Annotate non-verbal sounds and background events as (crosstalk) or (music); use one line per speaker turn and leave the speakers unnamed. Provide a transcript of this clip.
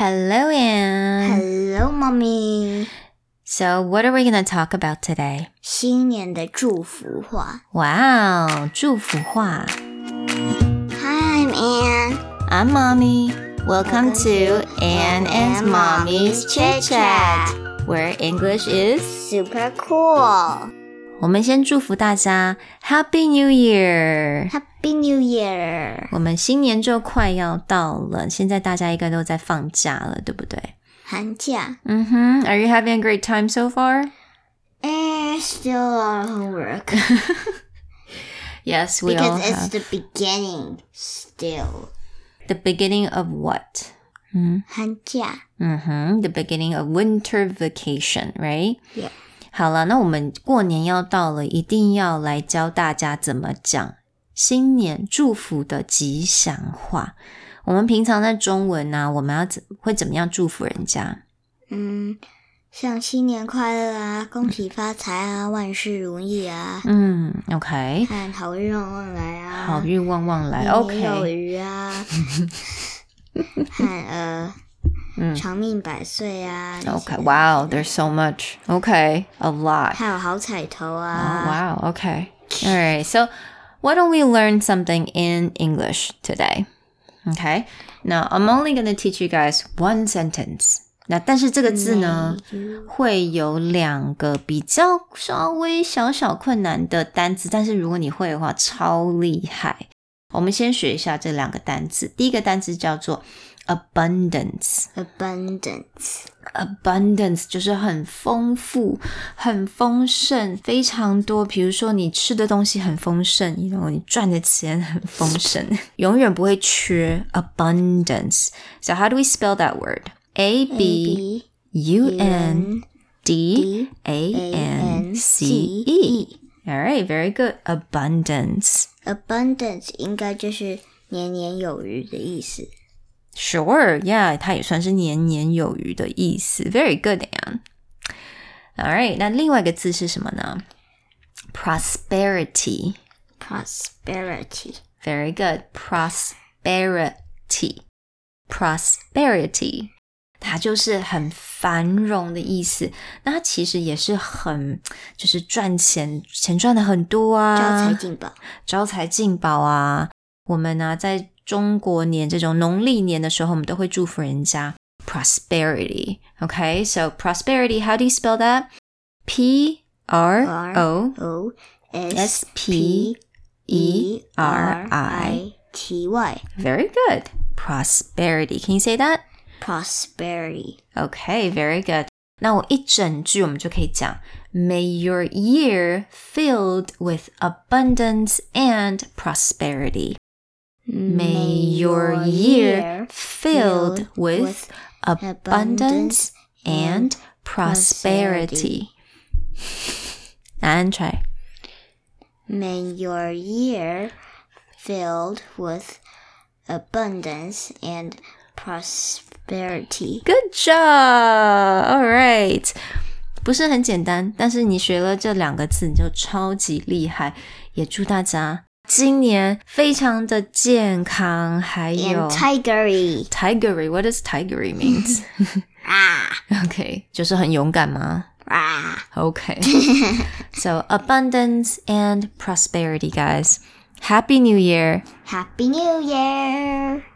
Hello, Anne.
Hello, mommy。
So, what are we going to talk about today?
新年的祝福话。
Wow, 祝福话。
Hi, I'm Anne.
I'm Mommy. Welcome
Welcome
to
to
Anne and
Anne and
Mommy's
Mommy's
Chit
Chit
Chat,
Chat
where English is.
Super cool.
我们先祝福大家 Happy New Year。
Happy New Year.
我们新年就快要到了，现在大家应该都在放假了，对不对？
寒假。
嗯哼。Are you having a great time so far?
And still a lot of (laughs) homework
Yes, we all
because
have.
it's the beginning. Still.
The beginning of what? 嗯
寒假。
嗯哼，The Mm-hmm. beginning of winter vacation, right?
Yeah.
好了，那我们过年要到了，一定要来教大家怎么讲新年祝福的吉祥话。我们平常在中文呢、我们要怎会怎么样祝福人家？
(laughs) 嗯，像新年快乐啊，恭喜发财啊，万事如意啊，
嗯，OK，
看好运旺来啊，
好运旺旺来。
年年有
OK，
余
(laughs)
啊，和呃，
嗯
长命百岁啊那些
OK，wow, there's so much. OK, a lot.
还有好彩头
Oh,
啊。
wow. Okay. All right. So, why don't we learn something in English today? Okay. Now, I'm only going to teach you guys one sentence. 那但是这个字呢，
嗯
会有两个比较稍微小小困难的单词，但是如果你会的话，超厉害。我们先学一下这两个单词。第一个单词叫做 abundance。
Abundance，
abundance 就是很丰富、很丰盛，非常多。比如说你吃的东西很丰盛，你你赚的钱很丰盛，永远不会缺 abundance。So how do we spell that word? A B U N D A N C E. All right, very good. Abundance.
abundance 应该就是年年有余的意思。
Sure, yeah，它也算是年年有余的意思。Very good, Anne. All right，那另外一个字是什么呢？Prosperity.
prosperity，
Very good. Prosperity. Prosperity. 它就是很繁荣的意思。那它其实也是很，就是赚钱，钱赚的很多啊，
招财进宝。
招财进宝啊。我们呢、在中国年这种农历年的时候，我们都会祝福人家 prosperity。OK，so、prosperity，how do you spell that? P R O
O
S
S
P E R I。
T Y
Very good. Prosperity. Can you say that?
prosperity
Okay, very good. 那我一整句我们就可以讲 May your year filled with abundance and prosperity. May your year filled with abundance and prosperity. (laughs) And try.
May your year filled with abundance and prosperity.
Good job! All right. 不是很简单，但是你学了这两个字，你就超级厉害。也祝大家今年非常的健康，还
And
有
tigery.
tigery。What does tigery means?
Ah,
OK，就是很勇敢吗
ah.
？OK。So abundance and prosperity, guys. Happy New Year!
Happy New Year!